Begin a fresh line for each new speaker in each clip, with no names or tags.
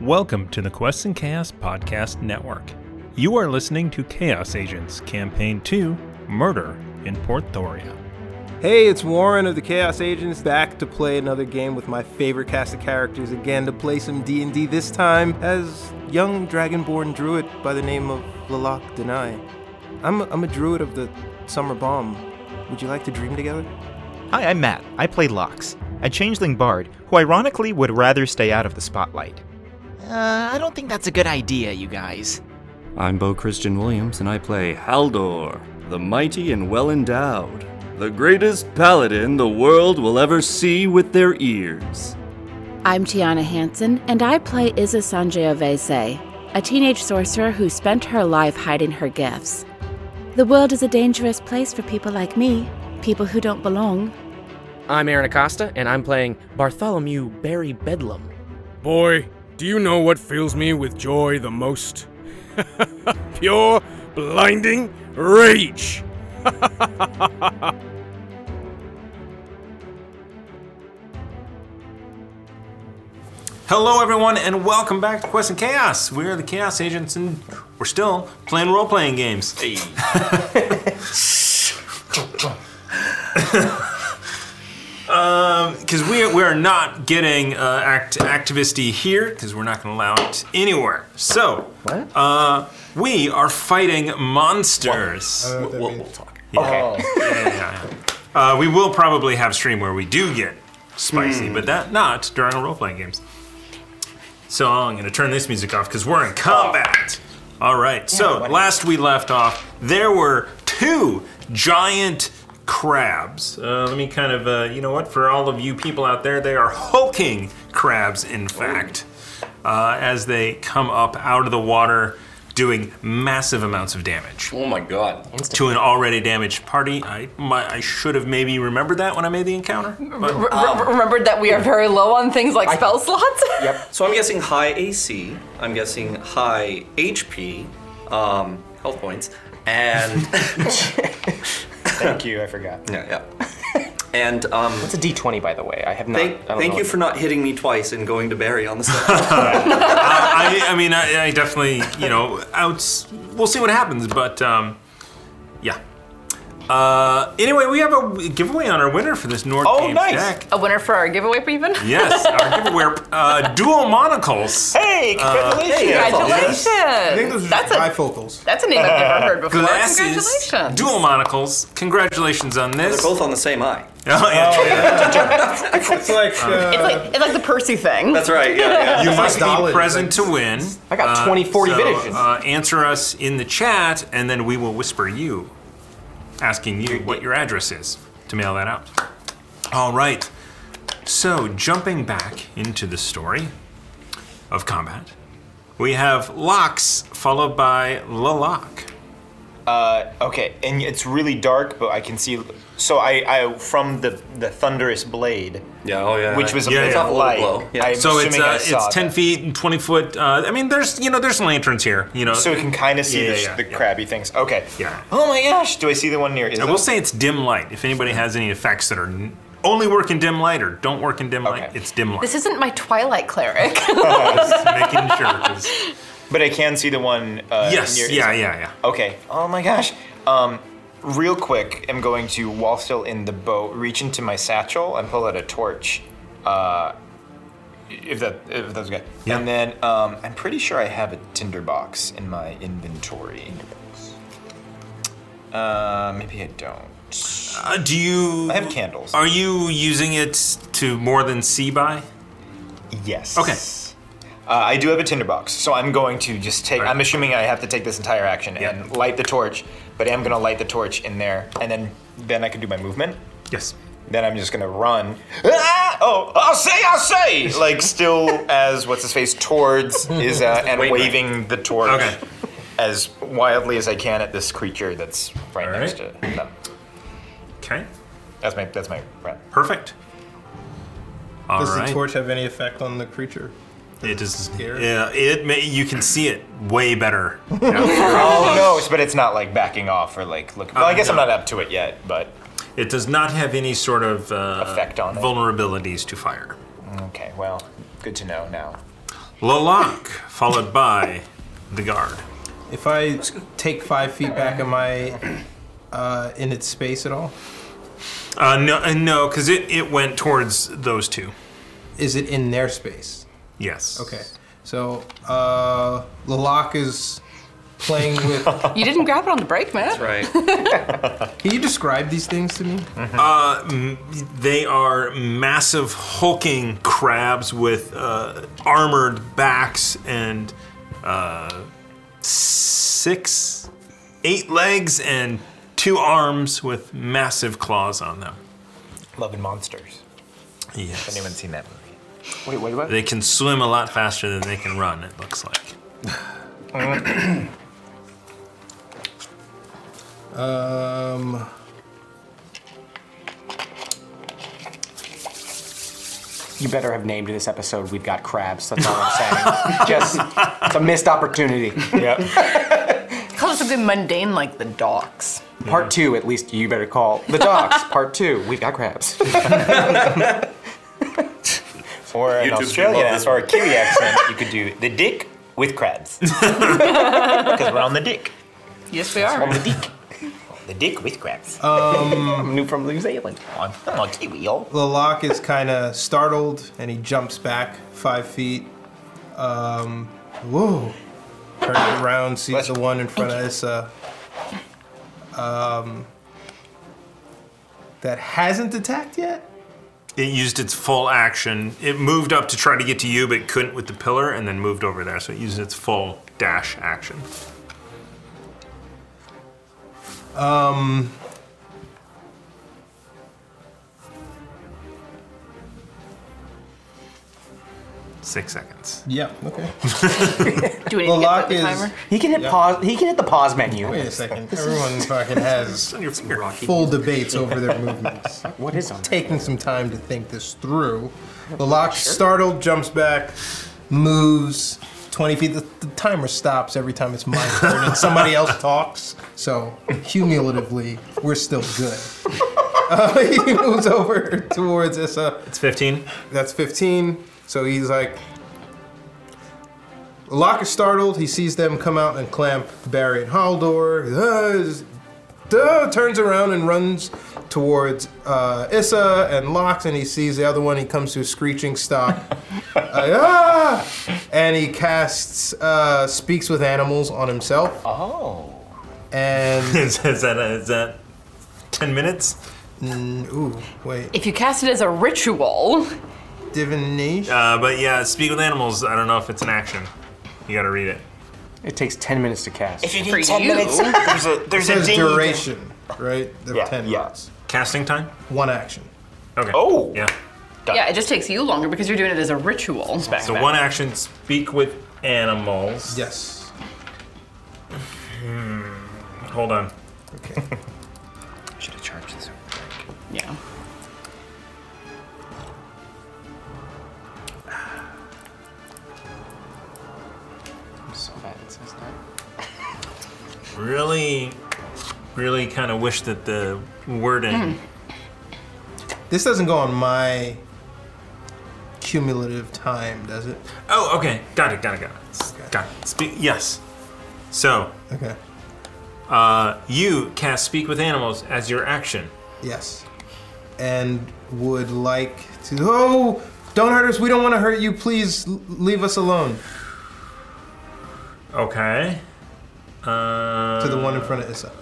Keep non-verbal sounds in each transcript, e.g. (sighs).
Welcome to the Quests and Chaos Podcast Network. You are listening to Chaos Agents Campaign 2 Murder in Port Thoria.
Hey, it's Warren of the Chaos Agents back to play another game with my favorite cast of characters again to play some D&D this time as young dragonborn druid by the name of Lalak Denai. I'm a, I'm a druid of the Summer Bomb. Would you like to dream together?
Hi, I'm Matt. I play Lox, a changeling bard who ironically would rather stay out of the spotlight.
Uh, I don't think that's a good idea, you guys.
I'm Bo Christian Williams, and I play Haldor, the mighty and well endowed, the greatest paladin the world will ever see with their ears.
I'm Tiana Hansen, and I play Iza Sangiovese, a teenage sorcerer who spent her life hiding her gifts. The world is a dangerous place for people like me, people who don't belong.
I'm Aaron Acosta, and I'm playing Bartholomew Barry Bedlam.
Boy, do you know what fills me with joy the most? (laughs) Pure, blinding rage!
Hello, everyone, and welcome back to Quest and Chaos. We're the Chaos Agents, and we're still playing role playing games. (laughs) Because Um, we, we are not getting uh, act, activisty here, because we're not going to allow it anywhere. So, Uh, we are fighting monsters. We'll, we'll- we'll talk. Yeah. Yeah, yeah, yeah. Uh, we will probably have stream where we do get spicy, but that not during role playing games. So I'm going to turn this music off because we're in combat. All right. So last we left off, there were two giant crabs. Uh, let me kind of, uh, you know what? For all of you people out there, they are hulking crabs, in fact, uh, as they come up out of the water, doing massive amounts of damage
Oh my god.
to an already damaged party. I my, I should have maybe remembered that when I made the encounter. but-
R- r- remembered that we are very low on things like spell slots.
Yep. So I'm guessing high AC. I'm guessing high HP, um, health points,
(laughs)
and (laughs)
Thank you, I forgot.
yeah, yeah. And um,
It's a D20, by the way. I have not.
thank,
I don't
thank
know
you
if-
for not hitting me twice and going to Barry on the (laughs) side.
I, I mean, I, I definitely, you know, outs. We'll see what happens, but um, yeah. Uh, anyway, we have a giveaway on our winner for this North
Oh,
Games
nice.
deck.
A winner for our giveaway, even. (laughs)
Yes, our giveaway uh, dual monocles.
Hey, congratulations!
Congratulations!
I think those are
That's a
bifocals.
that's a name I've never heard before.
Glasses,
Congratulations!
dual monocles. Congratulations on this.
They're both on the same eye.
Oh, yeah.
It's like,
It's
uh,
like it's like the Percy thing.
(laughs) That's right. Yeah,
(laughs) You must be
dollars.
present to win.
I got 20, 40
Uh, so,
vision.
Uh, answer us in the chat, and then we will whisper you, asking you what your address is to mail that out. All right. So, jumping back into the story of combat, we have Lox followed by Lalak.
Okay, and it's really dark, but I can see. So I, I from the the thunderous blade,
yeah. Oh yeah.
which was a
Yeah,
bit
yeah.
of light.
Blow. Yeah.
I'm
So it's
assuming I
uh,
saw
it's ten
that.
feet and twenty foot. Uh, I mean, there's you know there's lanterns here. You know,
So we can kind of see
Yeah,
the,
yeah,
the
yeah.
crabby things. Okay.
Yeah.
Oh my gosh! Do I see the one near? Is
I will say it's dim light. If anybody has any effects that are n- only work in dim light or don't work in dim light,
Okay.
it's dim light.
This isn't my Twilight cleric. (laughs)
Just making sure. 'cause-
but I can see the one. Uh,
yes.
Near,
yeah. Yeah. Yeah.
Okay. Oh my gosh. Um, real quick, I'm going to, while still in the boat, reach into my satchel and pull out a torch. Uh, if that if that's good.
Yeah.
And then um, I'm pretty sure I have a tinderbox in my inventory. Uh, maybe I don't.
Uh, do you?
I have candles.
Are you using it to more than see by?
Yes.
Okay.
Uh, I do have a tinderbox, so I'm going to just take.
Alright.
I'm assuming I have to take this entire action and light the torch, but I'm gonna light the torch in there, and then then I can do my movement.
Yes.
Then I'm just gonna run. Ah! oh, I'll say, I'll say!
(laughs)
Like, still as what's his face towards is uh, and
Wait, wait.
waving the torch
Okay.
as wildly as I can at this creature that's right next to them.
Okay.
That's my that's my rep.
Perfect. All
Does
right.
the torch have any effect on the creature?
It is.
Scary.
Yeah, it may, you can see it way
(laughs)
better.
oh no! But it's not like backing off or like looking.
Oh,
Well, I guess I'm not up to it yet, but
It does not have any sort of uh,
Effect on it.
vulnerabilities to fire.
okay. Well, good to know now.
Lalak, followed by the guard.
If I take five feet back, am I
(clears throat)
uh, in its space at all?
Uh, no, uh, no, because it, it went towards those two.
Is it in their space?
Yes.
Okay. So uh, Lalak is playing (laughs) with.
You didn't grab it on the break, man.
That's
right.
Can you describe these things to me?
Uh, m- they are massive hulking crabs with uh, armored backs and uh, six, eight legs and two arms with massive claws on them.
Love and Monsters.
Yes.
Has anyone seen that movie? Wait, wait, what?
They can swim a lot faster than they can run, it looks like.
Um.
You better have named this episode "We've Got Crabs." That's all
(laughs)
I'm saying. Just it's a missed opportunity.
Yeah.
Call it something mundane like the dogs.
Part two, at least you better call
(laughs)
the dogs. Part two, we've got crabs.
Or an
YouTube
Australian
love
accent,
this
or a Kiwi accent, you could do the dick with crabs. Because we're on the dick.
Yes, we are.
On the dick. The dick with crabs. Oh,
Um,
I'm new from New Zealand.
I'm, I'm on Kiwi, y'all.
Lalak is kind of startled and he jumps back five feet. Um, whoa. Turns around, sees the one in front of Issa. Um, that hasn't attacked yet?
It used its full action. It moved up to try to get to you, but couldn't with the pillar, and then moved over there. So it used its full dash action.
Um.
Six seconds.
Yeah, okay.
Do we need
Lalak
to get the
is-
timer?
He can hit pause. He can hit the pause menu.
Wait a second. Everyone fucking has
Rocky.
full debates over
(laughs)
their movements.
What is on that?
Taking some time to think this through. Lalak, startled, jumps back, moves 20 feet. The, the timer stops every time it's my turn and
(laughs)
somebody else talks. So, cumulatively, we're still
(laughs)
good. (laughs) Uh, he moves over towards Issa.
It's 15.
That's 15. So he's like. Locke is startled. He sees them come out and clamp Barry and Haldor. Uh, is- duh, turns around and runs towards uh, Issa and Locke, and he sees the other one. He comes to a screeching stop. Uh, ah! And he casts uh, Speaks with Animals on himself.
Oh.
(laughs)
And.
(laughs) is, is that, is that 10 minutes?
Mm, ooh, wait.
If you cast it as a ritual,
Divination?
Uh, but yeah, speak with animals. I don't know if it's an action. You gotta read it.
It takes ten minutes to cast.
If you
For
need 10
you.
minutes, there's a, there's
it
a
says
ding.
duration, right? Of
Yeah,
10
yeah.
minutes.
Casting time?
One action.
Okay.
Oh!
Yeah.
yeah, it just takes you longer because you're doing it as a ritual.
So one action, speak with animals.
Yes.
Hmm. Hold on.
Okay.
Should have charged this.
Yeah.
I'm so bad at this now.
Really, really kind of wish that the wording.
This doesn't go on my cumulative time, does it?
Oh, okay. Got it. Got it. Got it. Got it. Spe- yes. So,
Okay.
uh, you cast Speak with Animals as your action.
Yes. And would like to. Oh, don't hurt us. We don't want to hurt you. Please l- leave us alone.
Okay. Uh,
to the one in front of Issa.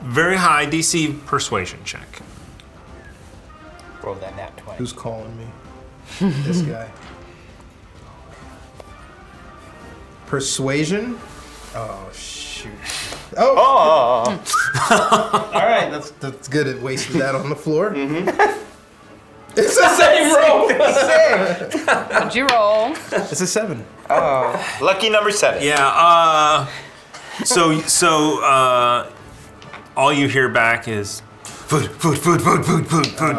Very high DC persuasion check.
Roll that nat 20.
Who's calling me? this guy. Persuasion? Oh, shoot. Oh! All right, that's that's good. It wasted that on the
(laughs)
floor.
Mm-hmm.
It's the same roll. What'd you roll?
It's a seven.
Oh, lucky number seven.
Yeah. Uh, so so uh, all you hear back is food, food, food, food, food, food, food.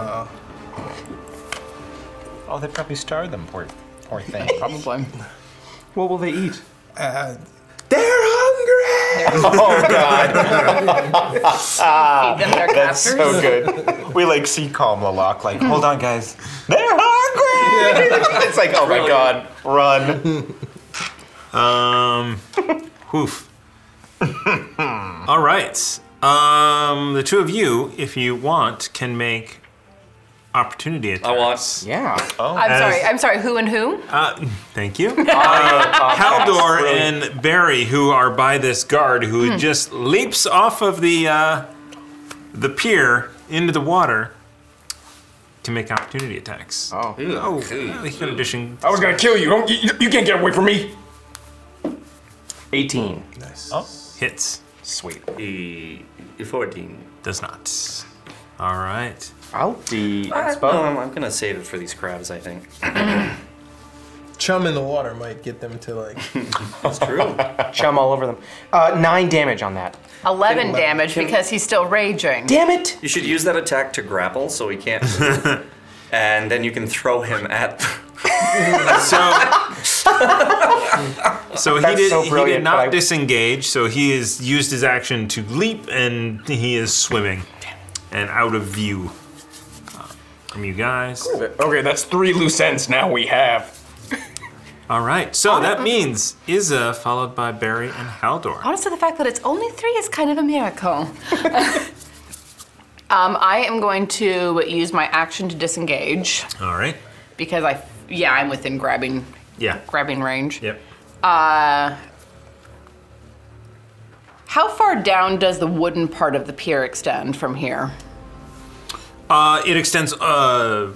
Oh, they probably starved them. Poor, poor
(laughs)
thing.
Probably.
What will they eat?
Uh,
oh God.
Feed them their
That's so
Oh,
captors.
good. (laughs) We like see calm Lalak. Like, hold on, guys. They're
(laughs)
hungry. (laughs) it's like, oh my God, run.
Um, woof. (laughs) All right. Um, the two of you, if you want, can make opportunity attacks. I want.
Yeah.
Oh.
I'm sorry. I'm sorry. Who and who?
Uh, thank (laughs) you. Uh, Haldor and Barry, who are by this guard, who
Hmm.
just leaps off of the uh, the pier into the water to make opportunity attacks. Oh, oh, he's in addition.
I was gonna kill you. Don't, you. You can't get away from me.
18. Nice. Oh, hits. Sweet.
14.
Does not. All right.
I'll be.
Alright.
Oh.
Oh, I'm, I'm gonna save it for these crabs, I think.
Chum in the water might get them to like.
That's true.
Chum all over them. Uh, nine damage on that.
11
Can-
damage
can-
because he's still raging.
Damn it!
You should use that attack to grapple so he can't. and then you can throw him at. (laughs)
so. So he
That's
did,
so
he did
brilliant,
not
but I-
disengage, so he has used his action to leap and he is swimming and out of view uh, from you guys.
Uh, Okay, that's three loose ends now we have.
All right, so that means Izza followed by Barry and Haldor.
Honestly, the fact that it's only three is kind of a miracle. (laughs) um, I am going to use my action to disengage
All right,
because I, yeah, I'm within grabbing,
yeah.
grabbing range.
Yep.
Uh, how far down does the wooden part of the pier extend from here?
Uh, it extends. Uh,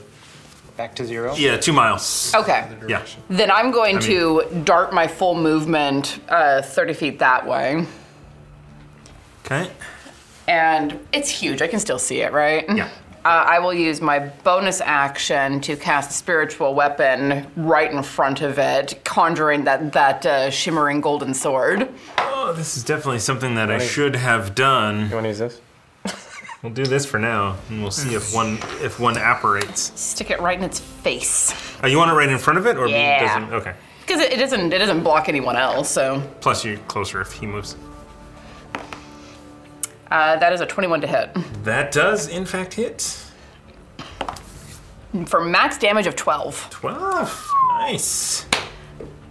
Back to zero.
Yeah, two miles.
Okay.
Yeah.
Then I'm going
I mean-
to dart my full movement uh, 30 feet that way.
Okay.
And it's huge. I can still see it, right?
Yeah.
Uh, I will use my bonus action to cast spiritual weapon right in front of it, conjuring that that uh, shimmering golden sword.
Oh, this is definitely something that I should have done. You
want to use this?
We'll do this for now, and we'll see if one if one apparates.
Stick it right in its face
Oh, you want it right in front of it, or
Yeah.
doesn't? Okay.
because it, it doesn't it doesn't block anyone else. So
Plus, you're closer if he moves.
uh, that is a 21 to hit
That does, in fact, hit.
for max damage of 12.
12. Nice.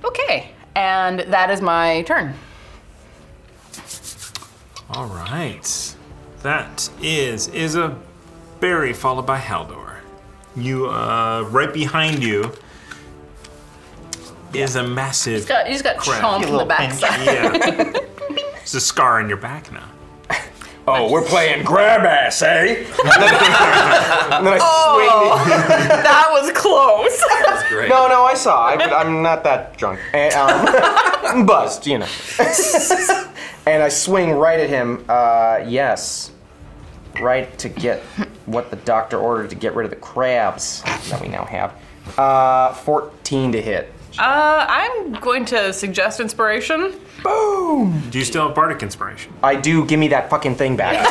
Okay, and that is my turn.
All right. That is is a Barry followed by Haldor. You uh, right behind you is a massive.
He's got he's got
crab.
chomped in the backside.
Yeah. It's a scar in your back now.
Oh, we're playing grab ass, eh?
And then I
(laughs) that was close.
(laughs)
That's
swing. No, no, I saw. I, but I'm not that drunk. And, um, (laughs) buzzed, you know. (laughs) and I swing right at him. Uh, yes. Right to get what the doctor ordered to get rid of the crabs that we now have. Uh, 14 to hit.
Uh, I'm going to suggest inspiration.
Boom!
Do you still have bardic inspiration?
Oh.
I do. Give me that fucking thing back.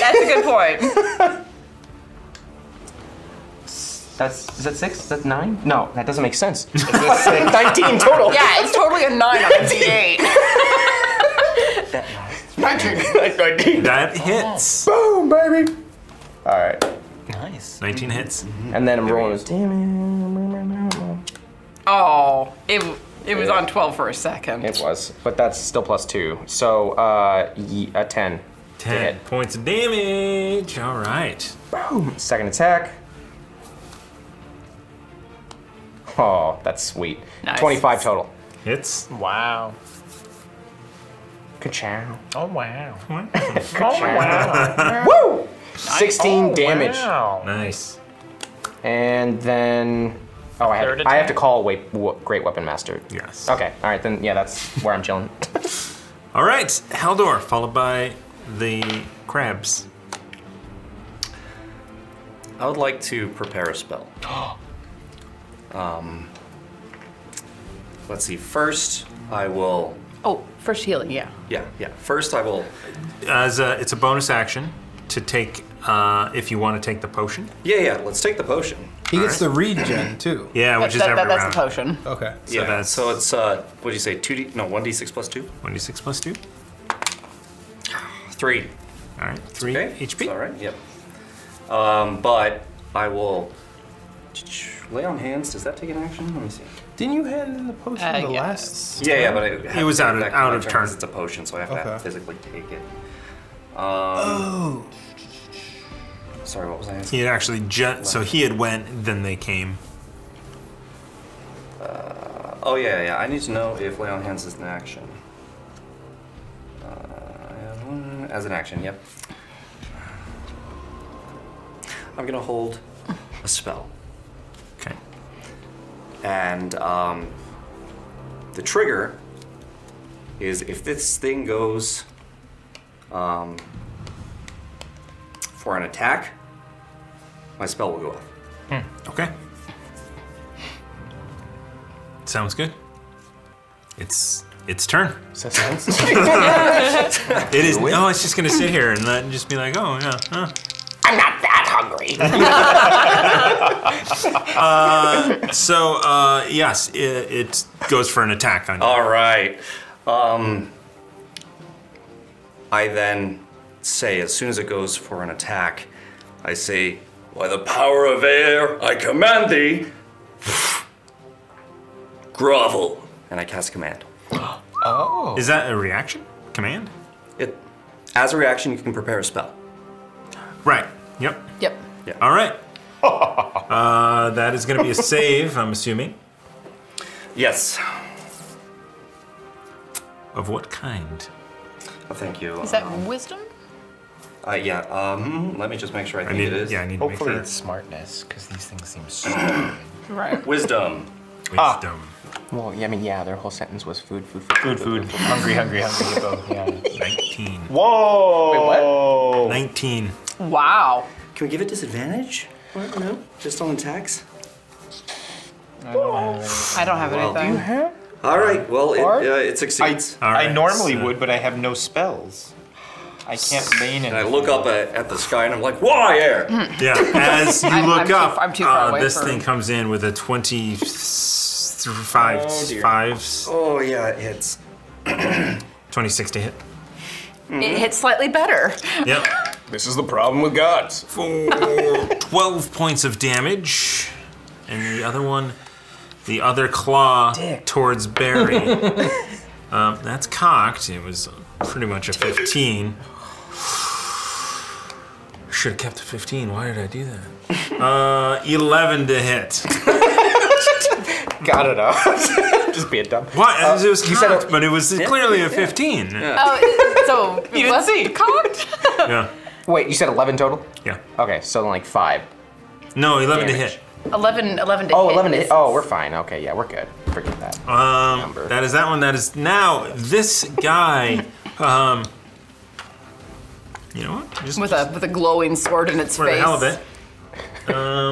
That's a good point.
That's is that six? Is that nine? No, that doesn't make sense. Nineteen total.
Yeah, it's totally a nine on a D8. (laughs)
(laughs)
That hits.
Boom, baby. All right. Nice.
19 hits.
And then I'm rolling. Damn
Oh, it it was on 12 for a second.
it. It was, but that's still plus two. So uh, ye- a ten.
10 points of damage. All right.
Boom. Second attack. Oh, that's sweet.
Nice.
Twenty-five total.
Hits.
Wow. Ka-chow.
Oh
(laughs)
wow. Oh,
Woo! 16 damage.
Nice.
And then. Oh, I have, I have to call wa- wa- Great Weapon Master.
Yes.
(laughs)
Okay, alright, then, yeah, that's where I'm chilling.
All right, Haldor, followed by the crabs.
I would like to prepare a spell. um, let's see. First, I will.
Oh, first healing, yeah.
Yeah, yeah. First, I will.
As a, it's a bonus action to take uh, if you want to take the potion.
Yeah, yeah. Let's take the potion.
He
gets the regen too.
Yeah, which is every round.
potion.
Okay.
So yeah. so it's uh, what do you say? Two d no one d six plus two.
One d six plus two.
Three.
All right. Three HP.
all right. Yep. Um, but I will lay on hands. Does that take an action? Let me see.
Didn't you hand in the potion
Uh,
the
yes.
last?
Yeah, yeah,
time?
but I have to take it back to my turn 'cause It's a potion, so I have to
Okay.
physically take it. Um,
Oh.
Sorry, what was I asking?
He had actually ju- so he had went, then they came.
Oh yeah, yeah. I need to know if lay on hands is an action. Uh, as an action, yep. I'm gonna hold a spell.
Okay.
And um, the trigger is if this thing goes um, for an attack, my spell will go off.
Okay. Sounds good. It's it's turn. (laughs) it is. No, it's just gonna sit here and let and just be like, oh yeah. huh.
I'm not that hungry.
(laughs)
(laughs)
Uh, so uh, yes, it, it goes for an attack on you.
All right. Um, I then say, as soon as it goes for an attack, I say, By the power of air, I command thee, (sighs) grovel. And I cast command.
Oh. Is that a reaction? Command?
It, as a reaction, you can prepare a spell.
Right. Yep.
Yep.
Yeah.
All right. uh, that is gonna be a save. I'm assuming.
Yes.
Of what kind?
Oh, thank you.
Is that wisdom?
Uh, yeah. Um, let me just make sure I think it is.
Hopefully it's smartness, because these things seem stupid.
Right.
Wisdom. Ah.
Wisdom.
Well, yeah, I mean, yeah, their whole sentence was food, food, food, food, food, food. hungry, hungry, hungry. hippo. (laughs) Yeah.
19.
Whoa!
Wait, what? 19.
Wow.
Can we give it disadvantage? What? No? Just on attacks?
I don't have
Well,
anything.
you All right. Well, it,
Or-
uh, it succeeds.
I- All I right, normally so- would, but I have no spells. I can't main
And I look up at, at the sky and I'm like, why air?
Mm-hmm.
Yeah, as you
(laughs) I'm-
look
I'm too-
up,
I'm too far
uh,
away
this
for-
thing comes in with a 25
Oh, dear.
fives.
Oh, yeah, it hits.
26 to hit.
It hits slightly better.
Yep.
This is the problem with gods.
For 12 points of damage. And the other one, the other claw towards Barry. um, that's cocked. It was pretty much a 15. Should have kept a 15. Why did I do that? Uh, 11 to hit.
(laughs) Got it up. Just be a dumb.
What? it was cocked, but it was clearly a 15.
Oh, it- so you didn't see. cocked? (laughs)
Yeah.
Wait, you said 11 total?
Yeah.
Okay, so then like 5.
No, 11
to
hit.
11, 11 to
Oh,
hit
11 to
is-
hit. Oh, we're fine. Okay, yeah, we're good. Forget that.
Um, that is that one. That is now this guy. Um, you know what?
with a with a glowing sword in its
For the
face.
hell of it.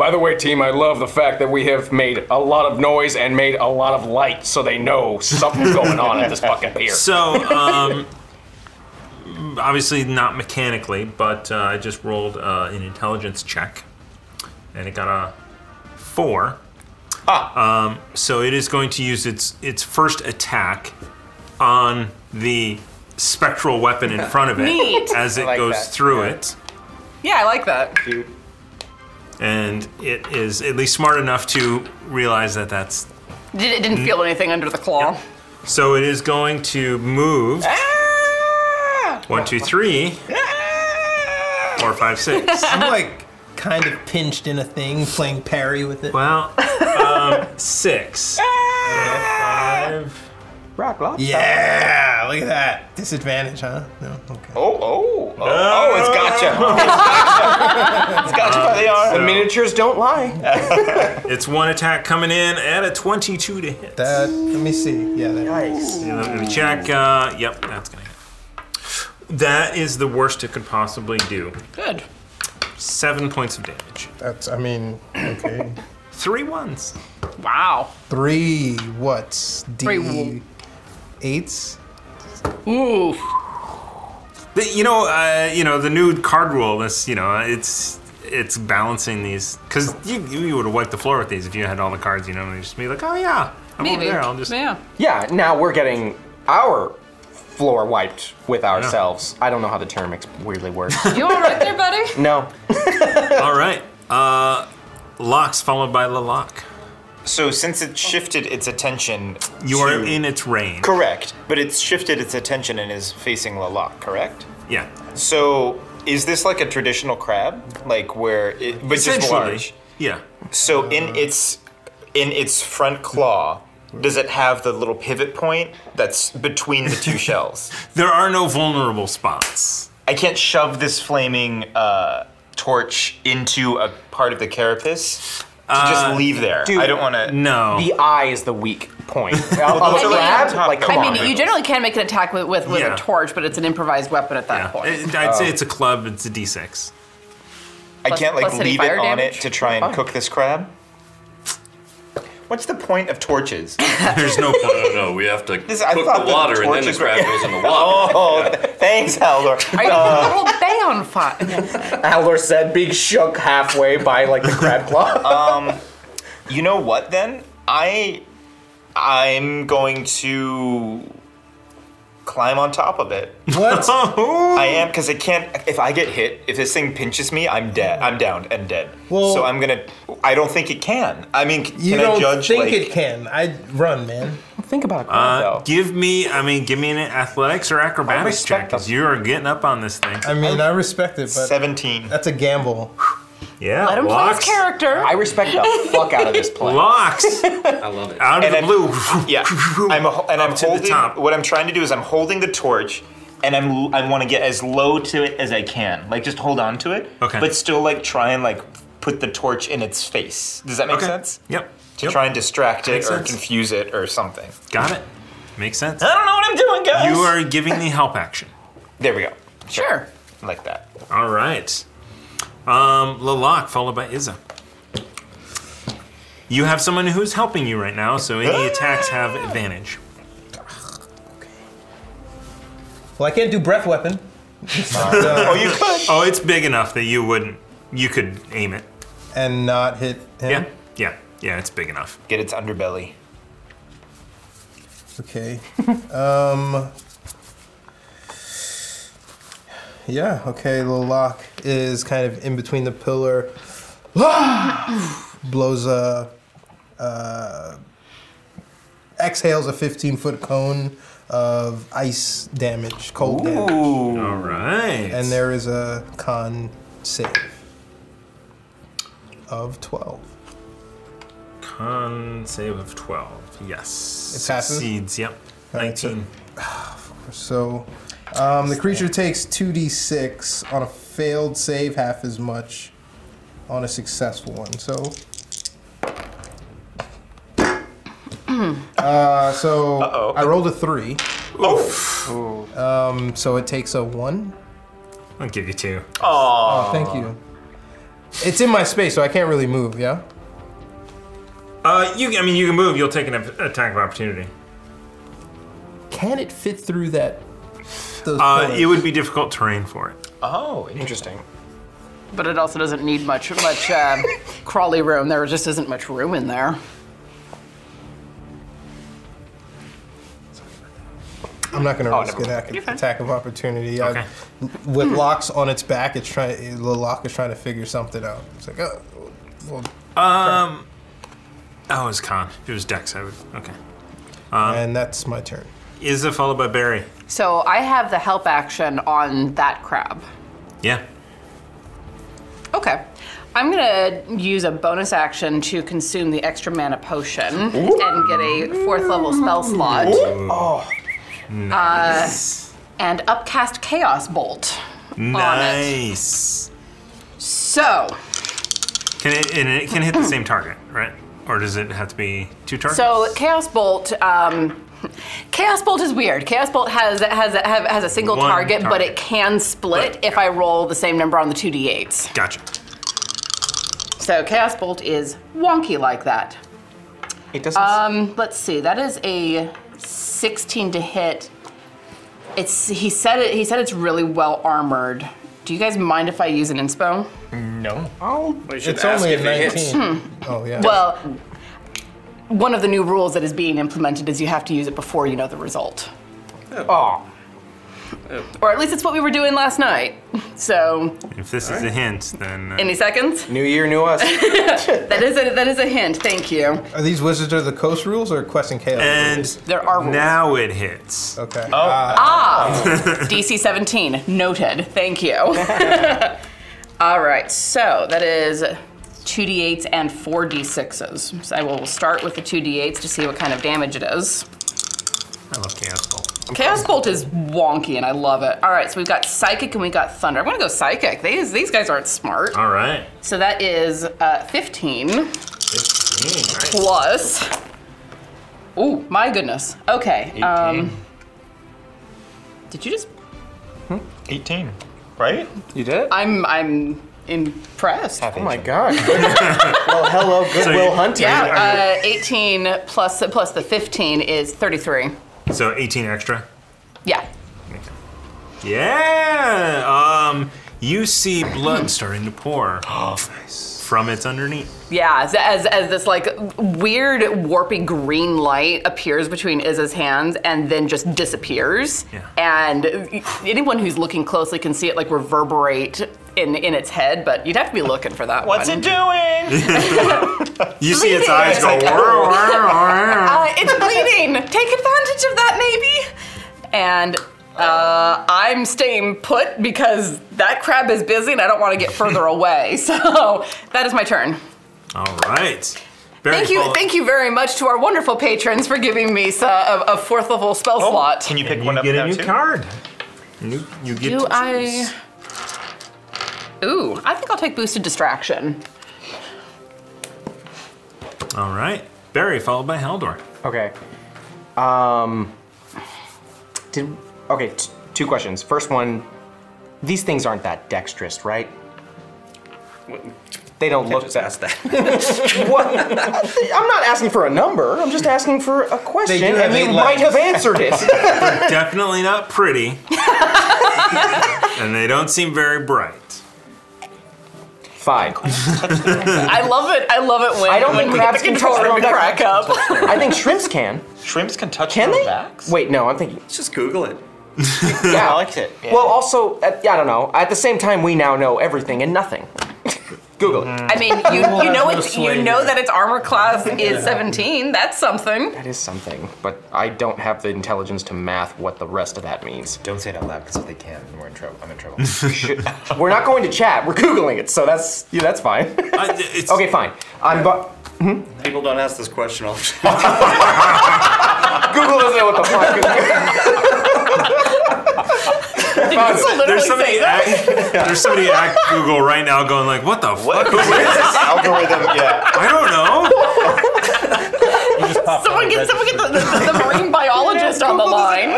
By the way, team, I love the fact that we have made a lot of noise and made a lot of light, so they know something's going on at this fucking pier.
So, um, (laughs) obviously not mechanically, but uh, I just rolled uh, an intelligence check, and it got a four. Ah. Um, so it is going to use its its first attack on the spectral weapon in front of it
Neat.
as
I
it
like
goes
that.
through it.
Yeah, I like that.
and it is at least smart enough to realize that that's
Did, it
Mm-hmm.
didn't feel anything under the claw.
so it is going to move one two three four five six
I'm like kind of pinched in a thing, playing parry with it.
Well, um, six. Five.
Rock lobster.
Yeah, look at that disadvantage, huh? No, okay.
Oh, oh, oh, oh it's
(laughs)
gotcha. It's gotcha. It's gotcha. they are.
so-
The miniatures don't
Uh,
lie.
it's one attack coming in at a 22 to hit
That. Let me see. Yeah. That,
Yeah, let me check uh, yep that's gonna hit That is the worst it could possibly do.
Good.
Seven points of damage.
That's, I mean, okay.
Three ones.
Wow.
Three what?
Three
D
wo-
eights?
Ooh.
The- you know, uh, you know the new card rule. This, you know, it's it's balancing these because you you would have wiped the floor with these if you had all the cards. You know, and you just be like, oh yeah, I'm
Maybe.
over there. I'll just
Yeah.
Yeah, now we're getting our floor wiped with ourselves. I don't know how the term ex- weirdly works.
You all right there, buddy?
no.
All right. Uh, Locks followed by Laloc.
So since it shifted its attention,
You are in its range.
Correct, but it's shifted its attention and is facing Lalak. Correct.
Yeah.
So is this like a traditional crab, like where it, but just
Essentially,
large?
Yeah.
So in its in its front claw, does it have the little pivot point that's between the two shells?
There are no vulnerable spots.
I can't shove this flaming uh, torch into a part of the carapace. To
Uh,
just leave there.
dude,
I don't want to.
No.
The eye is the weak point.
Well,
Of a
the
crab?
laptop-
Like, come
I mean,
on.
you generally can make an attack with with, with
Yeah.
a torch, but it's an improvised weapon at that point.
Uh, It- I'd say it's a club. It's a D6.
I
Plus-
can't like
plus any
leave it
fire
on it
damage?
to try and cook this crab. What's the point of torches? (laughs)
There's no
No, no, no. We have to
This- I
cook
thought
the
that the
water, and then the
torches
crab
were-
(laughs)
goes in the water.
oh, th- thanks, Haldor.
(laughs) Are you
Uh,
gonna put the whole bay on fire?
Haldor said, being shook halfway by like the crab claw.
um, you know what? Then I, I'm going to climb on top of it.
What?
(laughs)
I am because it can't. If I get hit, if this thing pinches me, I'm dead. I'm downed and dead.
Well-
so I'm gonna. I don't think it can. I mean, c- can
You
I
don't
judge?
think
like,
it can. I run, man.
Think about
Uh, give me, I mean, give me an athletics or acrobatics check because you are getting up on this thing.
I mean, I respect it, but
17.
That's a gamble.
yeah, Locks.
character.
I respect
(laughs)
the fuck out of this play.
Locks.
I love it.
Out of the
I'm,
blue. (laughs)
Yeah. I'm ho- and I'm holding.
top.
What I'm trying to do is I'm holding the torch, and I'm I want to get as low to it as I can. Like just hold on to it.
Okay.
But still like try and like put the torch in its face. Does that make
Okay.
sense?
Yep.
To try and distract it
Makes
or
sense.
confuse it or something.
Got it. Makes sense.
I don't know what I'm doing, guys.
You are giving the help action.
There we go.
Sure.
Like that.
All right. Um, Lalak followed by Izza. You have someone who's helping you right now, so any attacks have advantage.
Well, I can't do breath weapon.
oh, you could. Oh, it's big enough that you wouldn't. You could aim it.
And not hit him?
Yeah. Yeah. Yeah. It's big enough.
Get its underbelly.
Okay. um. Yeah. Okay. Lilac is kind of in between the pillar. (sighs) Blows a. Uh, exhales a 15 foot cone
Uh,
of ice damage, cold damage.
All right.
And there is a con save of 12.
Con save of 12. Yes.
It passes?
Succeeds, yep.
Alright, so-
19.
So um, the creature takes 2d6 on a failed save, half as much on a successful one. So. Uh, so I rolled a three.
Oof.
Um, so it takes a one.
I'll give you two.
Oh, thank you. It's in my space, so I can't really move. Yeah.
Uh, you, I mean, you can move. You'll take an ap- attack of opportunity.
Can it fit through that? Those
Uh,
pillars?
it would be difficult terrain for it.
Oh, interesting.
But it also doesn't need much much uh, crawly room. There just isn't much room in there.
I'm not going to
Oh,
risk
never
an
mind.
attack,
You're fine.
attack of opportunity. I-
Hmm.
with locks on its back, it's trying. The lock is trying to figure something out. It's like, oh, well,
Um. Oh, it was con. If it was dex, I would. Okay. Um,
and that's my turn.
Is it followed by Barry?
So I have the help action on that crab.
Yeah.
Okay. I'm gonna use a bonus action to consume the extra mana potion and get a fourth level spell slot.
Oh.
Nice. and upcast chaos bolt.
Nice.
So
Can it, and it can hit the same target, right? Or does it have to be two targets?
So Chaos Bolt, um, (laughs) Chaos Bolt is weird. Chaos Bolt has has have- has a single
One
target, but
target.
it can split if I roll the same number on the two d8s.
Gotcha.
So Chaos Bolt is wonky like that.
It doesn't.
Um, let's see. That is a 16 to hit. It's he said it. He said it's really well armored. Do you guys mind if I use an inspo?
No.
Oh,
It's only a 19. Oh, yeah.
Well, one of the new rules that is being implemented is you have to use it before you know the result.
Oh.
Or at least it's what we were doing last night. So,
If this is a hint, then. uh,
any seconds?
New year,
(laughs)
new us.
that is a that is a hint. Thank you.
Are these Wizards of the Coast rules or Quest and Chaos
And
rules?
There are rules.
Now it hits.
Okay.
Ah, DC 17. Noted. Thank you. (laughs) All right, so that is 2d8s and 4d6s. So I will start with the 2d8s to see what kind of damage it is.
I love Chaos Bolt.
Chaos Bolt is wonky and I love it. All right, so we've got Psychic and we got Thunder. I'm gonna go Psychic. These, these guys aren't smart.
All right.
So that is uh, 15 plus. Ooh, my goodness. Okay. Um, did you just
18, right?
You did it?
I'm I'm impressed.
Oh my god. well, hello, Goodwill Hunting.
Yeah, uh, 18 plus plus the 15 is 33.
So 18 extra.
Yeah.
Yeah. Um, you see blood starting to
(gasps)
pour from its underneath.
Yeah, as, as, as this like weird warpy green light appears between Izza's hands and then just disappears. Yeah. And anyone who's looking closely can see it like reverberate in in its head, but you'd have to be looking for that
What's
one.
(laughs)
it doing?
You see its
Bleeding.
eyes go.
oh."
"Wah,
(laughs)
wah, wah."
uh, it's bleeding. Take advantage of that, maybe. And uh, I'm staying put because that crab is busy and I don't want to get further away. So that is my turn.
All right. Barry
Thank you,
Fuller.
thank you very much to our wonderful patrons for giving me so- a, a fourth level spell slot.
Oh, Can you pick one up
Get
now
a new
too?
card. New, you get
Do
to
I? Ooh, I think I'll take boosted distraction.
All right. Barry, followed by Haldor.
Okay. Um. Did okay. T- two questions. First one. These things aren't that dexterous, right? They don't look that. what? I'm not asking for a number. I'm just asking for a question,
do have
and you
eight
might
legs.
have answered it.
They're definitely not
(laughs)
pretty. and they don't seem very bright.
Fine.
I love it. I love it when
I don't
when
think
we get
crabs
the
can
control room to crack up.
(laughs) I think shrimps can.
Shrimps can touch
Can
their
they?
backs? (laughs)
Wait, no. I'm thinking.
Just Google it.
Yeah.
I liked it. yeah.
Well, also, uh, yeah, I don't know. At the same time, we now know everything and nothing. Google it.
I mean, you, you know it's you know that its armor class is 17. That's something.
That is something, but I don't have the intelligence to math what the rest of that means.
Don't say it out loud because if they can, we're in trouble. I'm in
(laughs)
trouble.
(laughs) We're not going to chat. We're googling it, so that's yeah, that's fine. (laughs) okay, fine. I'm bu-
People don't ask this question all the time.
Google doesn't know what the fuck.
(laughs)
There's somebody, at, (laughs) there's somebody at Google right now going like, what the fuck? Who is this?
algorithm,
(laughs)
yeah.
I don't know.
Oh,
Someone get someone get the, the,
(laughs)
the marine biologist on the line.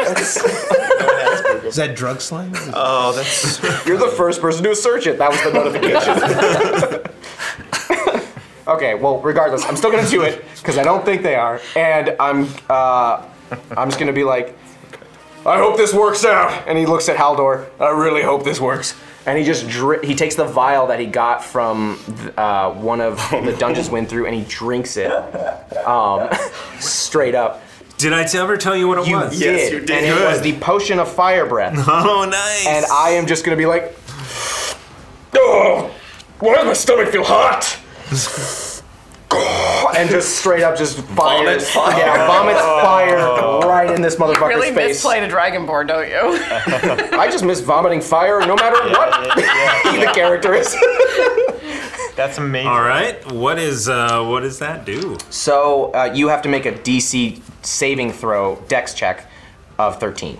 Is that drug slang?
Oh, that's. You're the first person to search it. That was the notification. okay, well, regardless, I'm still gonna do it because I don't think they are, and I'm uh, I'm just gonna be like, I hope this works out. And he looks at Haldor. I really hope this works. And he just dri- he takes the vial that he got from uh, one of
Oh,
the dungeons went through, and he drinks it um, straight up.
Did I ever tell you what it
You
was?
did. And it was the potion of fire breath.
Oh, nice.
And I am just gonna be like,
Oh, why does my stomach feel hot?
and just straight up just
Vomit
fires.
fire. Oh.
Yeah, vomits fire right in this
You
motherfucker's
really
face.
misplayed a dragonborn,
(laughs)
don't you?
I just miss vomiting fire no matter what the character is.
That's amazing.
All right. What is uh, what does that do?
So uh, you have to make a DC saving throw dex check of 13.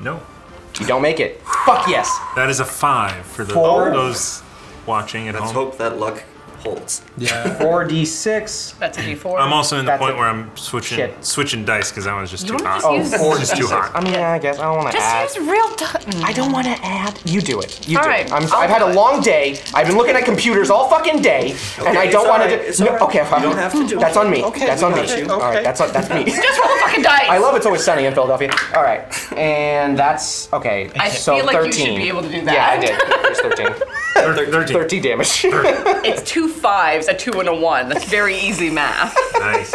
No.
You don't make it. Fuck yes.
That is a five for the,
Four.
those watching at
Let's
home.
hope that luck holds.
Yeah.
4d6.
That's a d4.
I'm also in the
That's
point
it.
where I'm switching
Shit.
switching dice because that one's just
You
too
wanna
hot.
just use Oh,
it's too hot.
I mean, I guess I don't want to add.
Just use real mm. di-
I don't want to add. You do it. You
All
do
right,
it. I'm,
I'll
I've had
do
a
it.
long day. I've been looking at computers all fucking day, and
Okay,
I don't
it's
want
all
to.
right,
do, no, okay, you don't have to do That's on me. Okay, that's
we
on me.
got you.
All right, that's on, that's me.
(laughs) Just roll the fucking dice.
I love it's always sunny in Philadelphia. All right, and that's okay.
I
so
feel like you
13.
should be able to do
Yeah, I
that.
did.
(laughs)
There's 13. 13. 13 damage. (laughs)
It's two fives, a two and a one. That's very easy math.
(laughs)
Nice.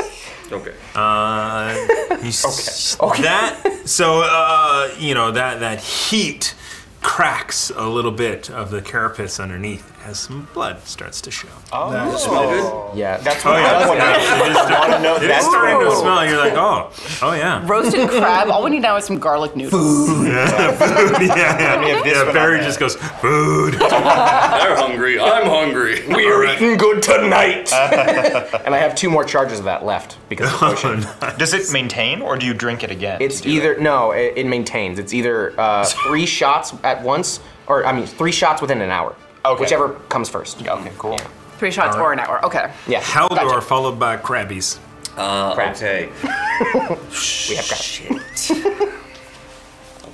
Okay.
Uh, you s- That so uh, you know that that heat cracks a little bit of the carapace underneath as some blood starts to show.
Oh,
Does it smell
good? Yeah, that's
Oh
what
yeah,
I
that's
want
it is starting, it is starting to smell. You're like, oh, oh
(laughs)
yeah.
Roasted crab. All we need now is some garlic noodles.
Yeah, food. (laughs) Yeah, yeah, yeah. Barry just goes food.
They're hungry. I'm hungry.
We're eating good tonight. and I have two more charges of that left because of the (laughs)
(laughs)
potion.
Does it maintain, or do you drink it again?
It's either no, it, it maintains. It's either uh, three shots at once, or I mean, three shots within an hour. Okay. Whichever comes first. Okay, cool.
Three shots
All
or an hour. Okay.
Yeah.
Haldor followed by Krabbies.
Uh, okay.
(laughs) we have crabs.
(laughs)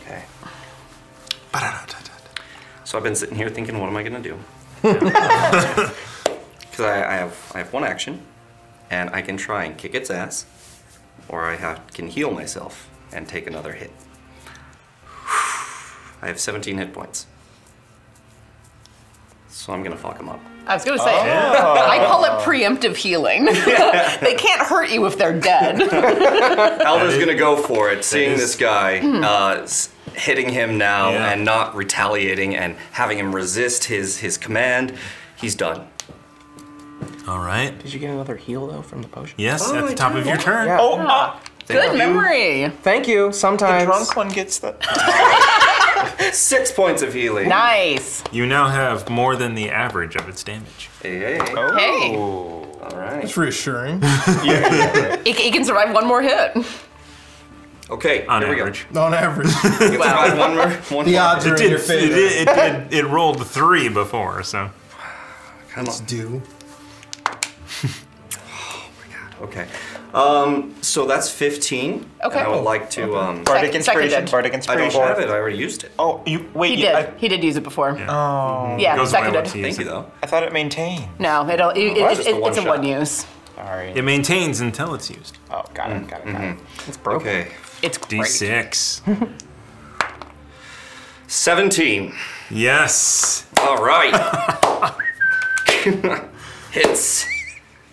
Okay. So I've been sitting here thinking, what am I
(laughs)
gonna do? Because I, I have I have one action, and I can try and kick its ass, or I have, can heal myself and take another hit. (sighs) I have 17 hit points, so I'm gonna fuck
(laughs)
him up.
I was gonna say,
Oh.
I call it
(laughs)
preemptive healing. (laughs) they can't hurt you if they're dead.
Aldo's gonna go for it, seeing
is-
this guy
Hmm.
uh, s- hitting him now
Yeah.
and not retaliating and having him resist his his command. He's done.
All right.
Did you get another heal though from the potion?
Yes, at the top of your turn.
Oh,
ah,
Good memory.
Thank you. Sometimes
the drunk one gets the.
Six points of healing.
Nice.
You now have more than the average of its damage.
Hey.
Hey.
Oh.
All right.
It's reassuring.
It, it can survive one more hit.
Okay,
on
here
average.
On average.
(laughs)
one more, one
The
more.
odds are
It
in
did,
your
it,
favor.
did, it, did, it rolled three before, so.
Come
It's due.
Okay. Um, so that's 15.
Okay.
And I would like to. Um,
Bardic Inspiration.
seconded.
Bardic
I
Inspiration.
don't have it. I already used it.
Oh, you wait.
He
you-
did.
I-
he did use it before.
Oh.
Yeah, Goes away seconded. once he
Thank
uses
you, though.
I thought it maintained.
No, it'll, it, it,
Well, that's
it,
just a one
it's a
shot.
one use.
Sorry.
It maintains until it's used.
Oh, got it, got it, got it.
Mm-hmm.
It's broken. Okay.
It's great.
D6.
17.
Yes.
All right. Hits.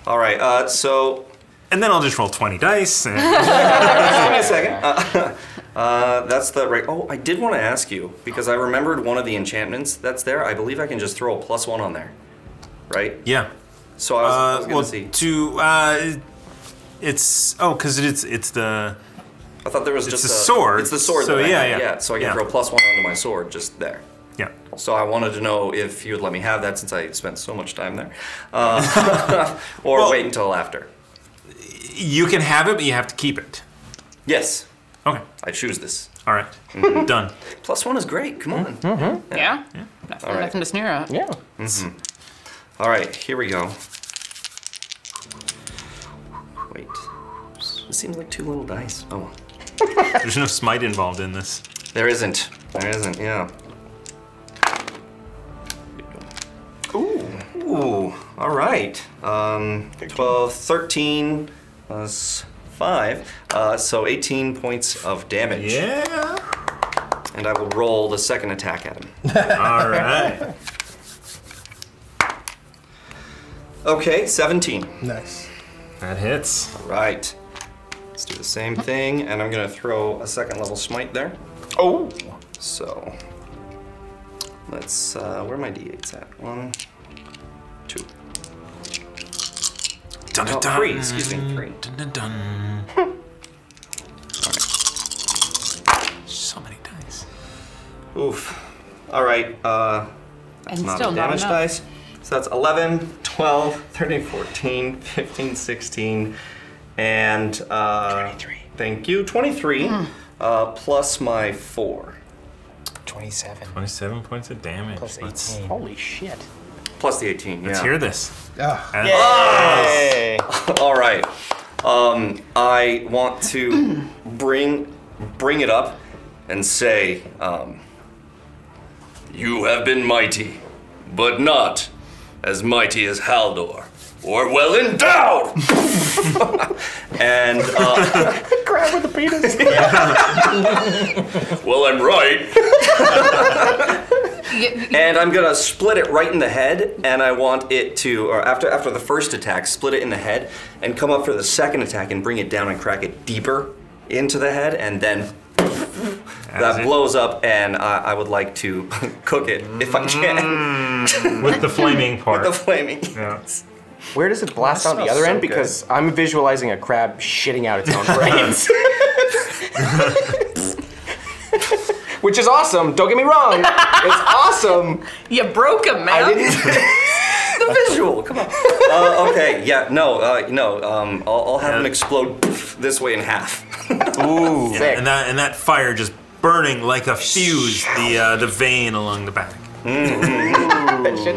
All right. Uh, so.
And then I'll just roll 20 dice. And...
(laughs) Just give me a second. Uh, uh, that's the right. Oh, I did want to ask you because I remembered one of the enchantments that's there. I believe I can just throw a plus one on there, right?
Yeah.
So I was, I was
Uh,
gonna
well,
see.
to uh, it's oh, because it's it's the.
I thought there was
it's
just
the
a,
sword.
It's the sword.
So
that I
yeah,
had,
yeah,
So I can
yeah.
throw plus one onto my sword just there.
Yeah.
So I wanted to know if you would let me have that since I spent so much time there, uh, (laughs) or wait until after.
You can have it, but you have to keep it.
Yes.
Okay.
I choose this.
All right.
Mm-hmm.
Done.
Plus one is great. Come on.
Mm-hmm.
Yeah. Nothing,
All right.
nothing to sneer at.
Yeah.
Mhm. All right, here we go. Wait. It seems like two little dice. Oh. well.
There's no smite involved in this.
There isn't. There isn't, yeah. Ooh. Ooh. All right. Um, 12, 13 plus 5. Uh, so 18 points of damage. (laughs)
Yeah.
And I will roll the second attack (laughs) at him.
All right.
Okay, 17.
Nice.
That hits.
All right. Let's do the same thing, and I'm going to throw a second level smite there.
Oh.
So, let's. Uh, where are my d8s at? One, two.
Dun,
Oh, three, excuse me, three.
Dun, dun, dun. So many dice.
Oof. All right. Uh, that's
And
not
still
a
not
damage
enough.
dice. So that's 11, 12, 13, 14, 15, 16, and uh, 23. Thank you. 23
Hmm.
uh, plus my four.
27.
27 points of damage.
Plus
Let's-
18. Holy shit.
Plus the 18.
Let's
yeah.
hear this.
Ah.
Yay! All right. Um, I want to bring bring it up and say, um, you have been mighty, but not as mighty as Haldor, or well endowed. (laughs) and uh,
(laughs) Grab with the penis.
(laughs) well, I'm right. and I'm gonna split it right in the head, and I want it to, or after after the first attack, split it in the head, and come up for the second attack and bring it down and crack it deeper into the head, and then that blows up, and I, I would like to (laughs) cook it if I
Mm.
can
with the flaming part.
With (laughs) the flaming.
Where does it blast
That
out the
smells
other
so
end?
good.
Because I'm visualizing a crab shitting out its own brains. (laughs) Which is awesome. Don't get me wrong. It's awesome.
You broke him, man. (laughs)
the visual. Come on. Uh, okay. Yeah. No. Uh, no. Um, I'll, I'll have him explode (laughs) this way in half. (laughs)
Ooh, and that and that fire just burning like a fuse. The uh, the vein along the back.
that shit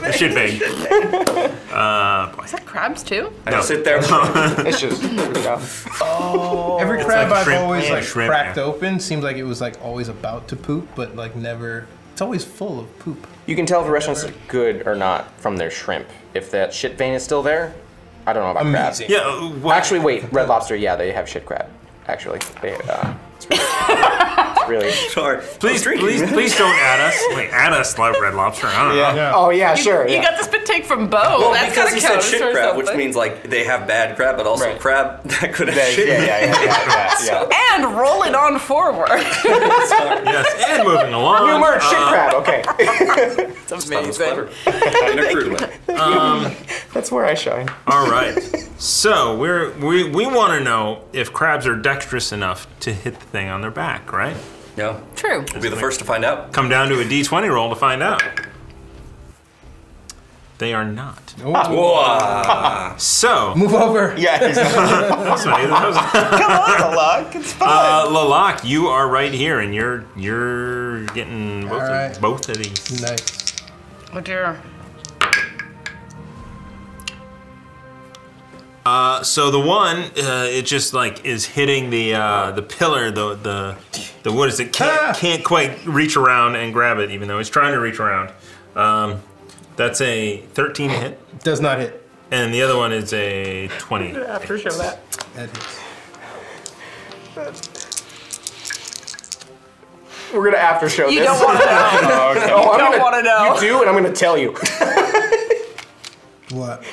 That shit
(laughs)
vein. Uh, boy.
Is that crabs too?
No. (laughs)
sit there.
it's just.
Oh.
Every
It's
crab
like
I've
shrimp-
always
yeah,
like
shrimp,
cracked
yeah.
open seemed like it was like always about to poop, but like never. It's always full of poop.
You can tell if a restaurant's good or not from their shrimp. If that shit vein is still there, I don't know about crabs.
Amazing. Yeah,
uh,
Actually, wait, Red Lobster, yeah, they have shit crab. Actually, they. Uh, it's really. it's really
Sorry.
Please, please, please don't add
(laughs)
us. Wait, add us, like Red Lobster. I don't know.
Oh yeah,
You-
sure.
You
yeah.
got the spit take from Bo.
well,
Oh, That's
because
gotta
he
count
said
as
shit
or
crab, which
something.
means like they have bad crab, but also crab (laughs) that could have shit.
yeah, yeah, yeah, yeah,
(laughs) So-
And roll it on forward.
Yes, and moving along.
New merch, shit crab,
Okay.
it's amazing.
(laughs)
In a crude way.
Um,
That's where I shine.
all right. So we're, we we want to know if crabs are dexterous enough to hit the thing on their back, right?
No.
(laughs) True.
We'll be the first to find out.
Come down to a d20 roll to find out. They are not.
Whoa.
So
move over.
Yeah. (laughs)
Come on, Alok. It's
Uh, Lalak, you are right here, and you're you're getting both, of,
Alright.
both of these.
Nice.
Oh dear.
Uh, so the one, uh, it just like is hitting the uh, the pillar, the the the what is it?
Ah!
Can't, can't quite reach around and grab it, even though he's trying to reach around. Um, that's a 13 to hit,
Does not hit.
and the other one is a 20.
After show that.
That hits.
We're gonna after show
You
this.
(laughs)
don't wanna know.
Oh, okay.
You
Oh, I'm
don't
gonna-
wanna know.
You do, and I'm gonna tell you. (laughs)
What?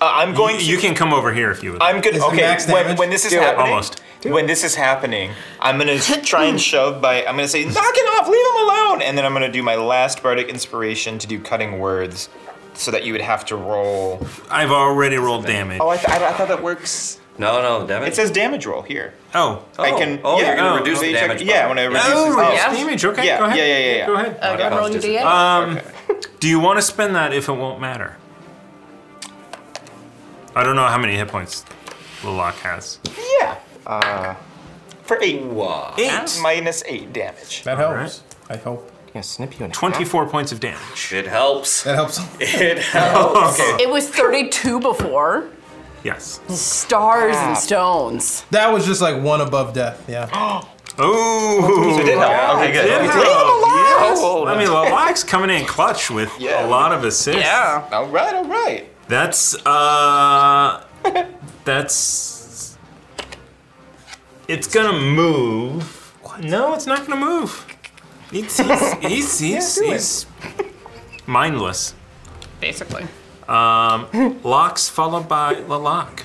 Uh, I'm going.
You, you can come over here if you would.
I'm good.
Is it
Okay,
max
when,
damage?
when this is
Do it.
happening,
Almost.
when this is happening, I'm (laughs) gonna try and shove by. I'm gonna say, "Knock it off, leave him alone," and then I'm gonna do my last bardic inspiration to do cutting words, so that you would have to roll.
I've already rolled damage.
Oh, I, th- I, I thought that works.
No, no, damage.
It says damage roll here.
Oh,
I can.
Oh,
yeah,
you're gonna
oh,
reduce
they
the
check-
damage.
Yeah, I'm gonna reduce
Oh,
the
reduce damage. Okay,
yeah,
go ahead.
Yeah, yeah, yeah, yeah.
Go ahead.
Okay, I'm rolling your D8.
Um, do you want to spend that if it won't matter? I don't know how many hit points Lilac has.
Yeah. Uh, for eight.
Eight.
Minus eight damage.
That helps. I hope.
Yeah, snip you in.
24 points of damage.
It helps.
That helps.
It helps.
It was 32 before.
Yes.
Stars and stones.
That was just like one above death. Yeah.
Oh,
So it did help. Okay, good.
It did
Okay. Leave
help.
him
Yes.
alone.
I mean, Lalak's coming in clutch with a lot of assists.
Yeah.
All right. All right.
That's uh that's it's gonna move. No, it's not gonna move. It's,
(laughs)
he's he's he's,
Yeah, do it.
he's mindless.
Basically.
Um, locks followed by Lalak.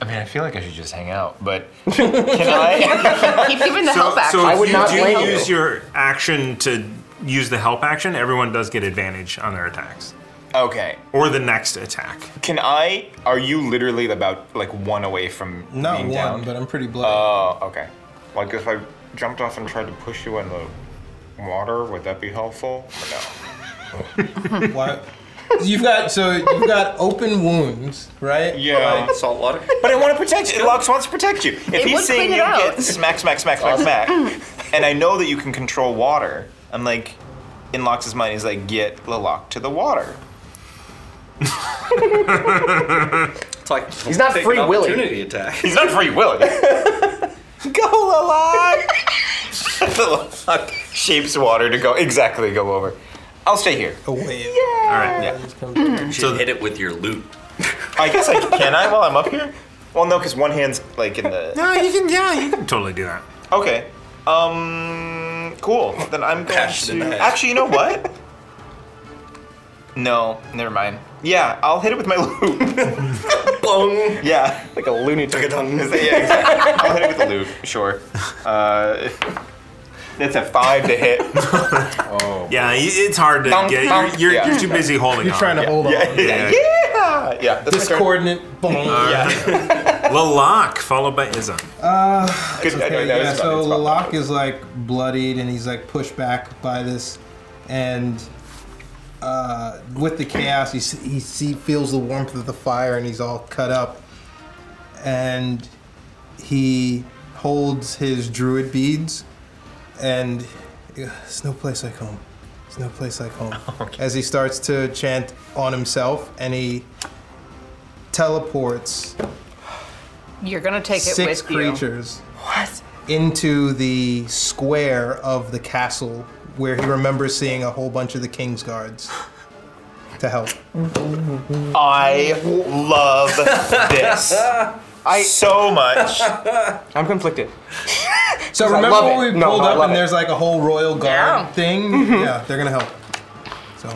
I mean, I feel like I should just hang out,
(laughs)
but
Keep giving the
so,
help action.
so if you do use your action to use the help action, everyone does get advantage on their attacks
okay.
or the next attack.
Can I? Are you literally about like one away from
Not
being
one,
down?
but I'm pretty bloody.
Oh, okay. Like if I jumped off and tried to push you in the water, would that be helpful? Or
(laughs)
no.
Why? You've got so you've got open wounds, right?
Yeah.
Salt water.
But I want to protect you. Lux wants to protect you. If
It
he's
would
seeing
clean it
you
out. (laughs)
get smack, smack, smack, smack, smack, and I know that you can control water, I'm like, in Lox's mind is like, get Lilac to the water.
It's like
He's not
take
free
an
willy.
Opportunity
(laughs)
attack.
He's not free willing. (laughs)
Go alive.
Lilac shapes water to go exactly go over. I'll stay here.
A wave.
All right. Yeah.
So hit it with your loot.
I guess I can I while I'm up here. Well, no, because one hand's like in the.
No, you can. Yeah, you can totally do that.
Okay. Um. Cool. Then I'm going
Bashed in the
to.
head.
Actually, you know what? no, never mind. Yeah, I'll hit it with my (laughs) loop.
Bung.
Yeah, like a loony Tune. Is that- yeah, exactly. I'll hit it with the loop. Sure. Uh, it's a five to hit. oh.
Yeah, y- it's hard to
Bonk,
get.
bonk.
You're, you're,
Yeah.
you're too busy holding.
You're trying to
yeah.
hold on.
Yeah, yeah.
Yeah. Yeah. That's my turn.
(laughs)
Discordant. Boom.
yeah. Lalak followed by Izza.
Uh,
Good-
it's
I know,
okay,
that
yeah,
is
so
fine, it's fine.
Lalak is like bloodied and he's like pushed back by this, and uh, with the chaos, he s- he see, feels the warmth of the fire and he's all cut up, and he holds his druid beads, and "Ugh, it's no place like home. It's no place like home. As he starts to chant on himself, and he teleports
You're gonna take it
six
with you.
creatures
What?
into the square of the castle where he remembers seeing a whole bunch of the king's guards to help.
I love this (laughs) I, so (laughs) much.
I'm conflicted.
So
'Cause I
remember
love
when
it.
we
No,
pulled
I
up
love
and
it.
there's like a whole royal guard
Yeah.
thing?
Mhm.
Yeah, they're gonna help. So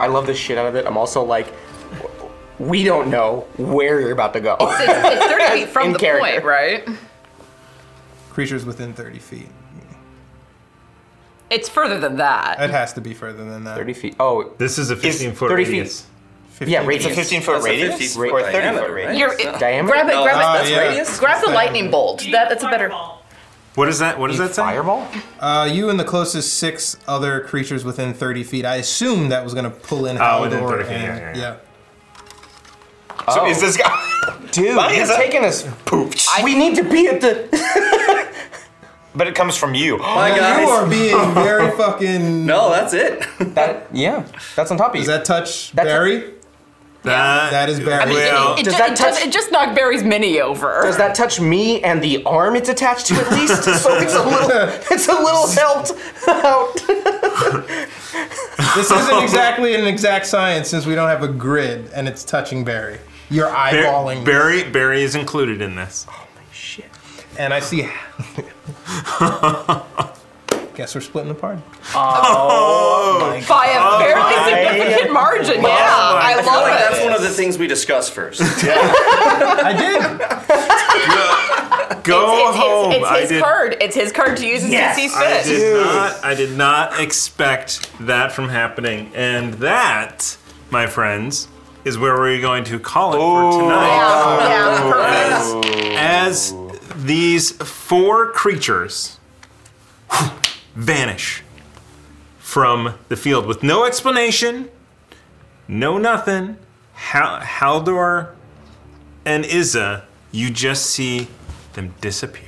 I love the shit out of it. I'm also like, we don't
Oh,
know where you're about to go.
It's, it's 30 feet from
In
the
character.
point, right?
creatures within 30 feet.
It's further than that.
It has to be further than that.
30 feet. Oh,
this is a 15 foot
30
radius.
Feet.
Yeah,
It's a
radius.
15 foot
That's a
radius
50
or a 30
diameter,
foot
right?
radius.
You're, it,
Diameter?
Grab it,
No,
grab it.
that's- that's Ah, yeah. radius?
Grab the
That's
lightning bolt. That, that's a better.
What is that? What does that say?
Fireball?
Uh, you and the closest six other creatures within 30 feet. I assume that was gonna pull in
Oh,
Haldor.
within 30 feet,
and-
yeah,
yeah.
So
Oh.
is this guy? (laughs)
Dude,
Why
you're
is that-
taking us. we need to be at the.
(laughs) But it comes from (gasps) you.
Now You are
(laughs)
being very fucking.
No, that's it.
That yeah, that's on top of you. Does
that touch Barry?
That,
that is Barry.
I mean, it, it,
does
ju-
that
it
touch?
just, it just knocked Barry's mini over.
does that touch me and the arm it's attached to at (laughs) least? so it's a little, it's a little helped out.
This isn't exactly an exact science since we don't have a grid and it's touching Barry. You're eyeballing.
Barry, Barry is included in this.
and I see. Guess we're splitting the party.
Oh,
By a fairly
my
significant margin, yeah. I
feel
love
like
it.
that's one of the things we discuss first.
I did.
Go
It's- it's,
home.
It's,
I
his
did-
card. It's his card to use as he sees
I
fit.
did not. I did not expect that from happening, and that, my friends, is where we're going to call it for tonight. As, as these four creatures vanish from the field with no explanation, no nothing. Hal- Haldor and Izza, you just see them disappear.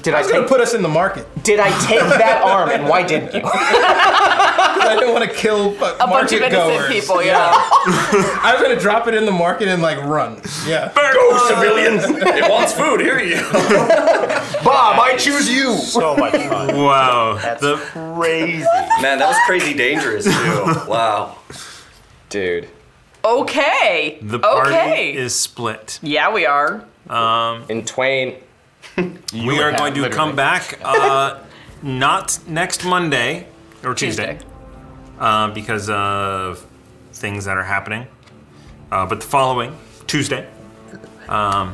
Did
I
I,
was gonna
take-
put us in the market.
Did I take that arm and why didn't you?
I didn't want to kill fu-
A bunch
market
of
goers.
innocent people,
yeah.
I was gonna drop it in the market and like run. Yeah.
Go, civilians! It wants food. Here you go.
Bob, I choose you. So
much (laughs) fun.
Wow. That's
crazy.
Man, that was crazy dangerous, too. Wow.
Dude.
Okay.
The party
okay.
is split.
yeah, we are.
Um,
in Twain.
we are
and
going to
Pat,
come back, uh, not next Monday or Tuesday, Uh, because of things that are happening, uh, but the following Tuesday. Um,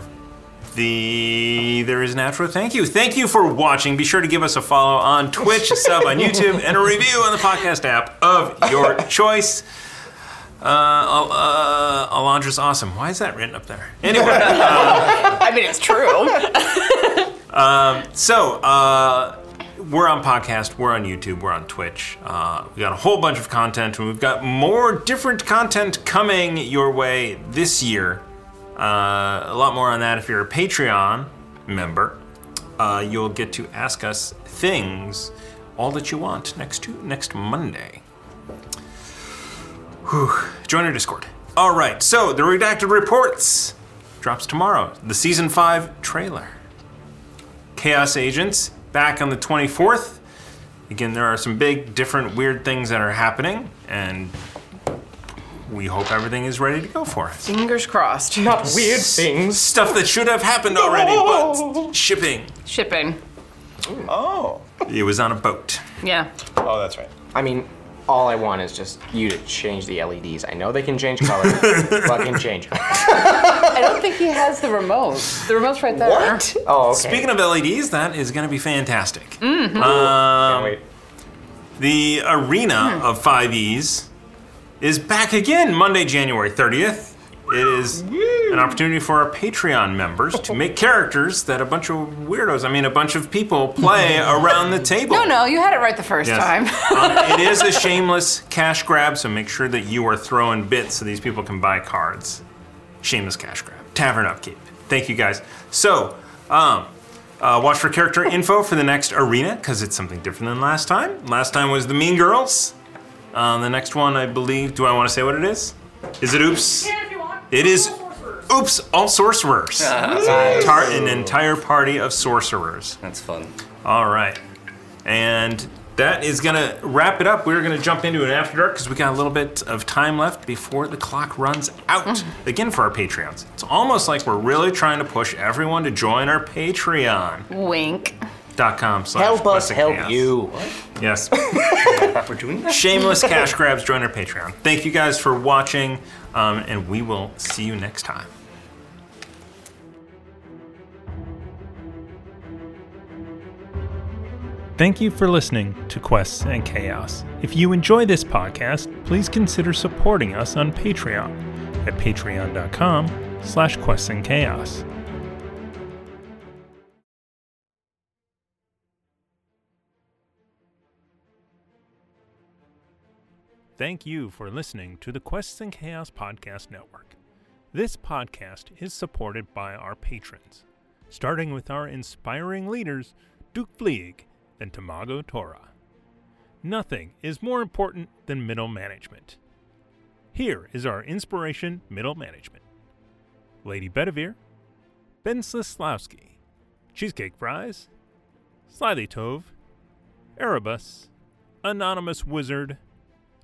the there is an outro. Thank you, thank you for watching. Be sure to give us a follow on Twitch, a sub on YouTube, and a review on the podcast app of your choice. Uh, Al- uh, Alondra's awesome. Why is that written up there? Anyway.
I mean,
(laughs)
it's true.
Um, so uh, we're on podcast, we're on YouTube, we're on Twitch. Uh, we got a whole bunch of content, and we've got more different content coming your way this year. Uh, a lot more on that if you're a Patreon member. uh, you'll get to ask us things, all that you want, next to next Monday. Whew. Join our Discord. All right, so the redacted reports drops tomorrow. The season five trailer. Chaos Agents back on the 24th. Again, there are some big, different, weird things that are happening, and we hope everything is ready to go for us.
Fingers crossed.
Not weird things. Stuff that should have happened already, but shipping.
Shipping.
Oh.
It was on a boat.
Yeah.
Oh, that's right.
I mean, all I want is just you to change the
E
LEDs. I know they can change color.
(laughs)
Fucking change. them.
I don't think he has the remote. The remote's right there. What?
Oh, okay.
Speaking of LEDs, that is going to be fantastic.
Mhm. Ooh,
Um, The
Hmm.
arena of 5Es is back again Monday, January 30th. It is an opportunity for our Patreon members to
(laughs)
make characters that a bunch of weirdos, I mean, a bunch of people
(laughs)
play around the table.
No, no, you had it right the first
Yes.
time.
(laughs) Uh, it is a shameless cash grab, so make sure that you are throwing bits so these people can buy cards. Shameless cash grab. Tavern upkeep. Thank you guys. So, um, uh, watch for character info for the next arena because it's something different than last time. Last time was the Mean Girls. Uh, the next one, I believe, do I want to say what it is? Is it Oops? It is Oops, all sorcerers.
Ah, nice.
Tar- an entire party of sorcerers.
That's fun.
All right. And that is going to wrap it up. We're going to jump into an after dark because we got a little bit of time left before the clock runs
Mm.
out. Again, for our Patreons. It's almost like we're really trying to push everyone to join our Patreon.
(laughs) Wink.
Dot com slash
Mm. Help us
Blessing
help
Chaos.
you.
(laughs)
Yes.
We're doing
Shameless cash grabs. Join our Patreon. Thank you guys for watching, um, and we will see you next time. Thank you for listening to Quests and Chaos. If you enjoy this podcast, please consider supporting us on Patreon at patreon.com slash quests and chaos. Thank you for listening to the Quests and Chaos Podcast Network. This podcast is supported by our patrons, starting with our inspiring leaders, Duke Fleeg and Tamago Tora. Nothing is more important than middle management. Here is our inspiration middle management Lady Bedivere, Ben Slislawski, Cheesecake Fries, Slyly Tove, Erebus, Anonymous Wizard,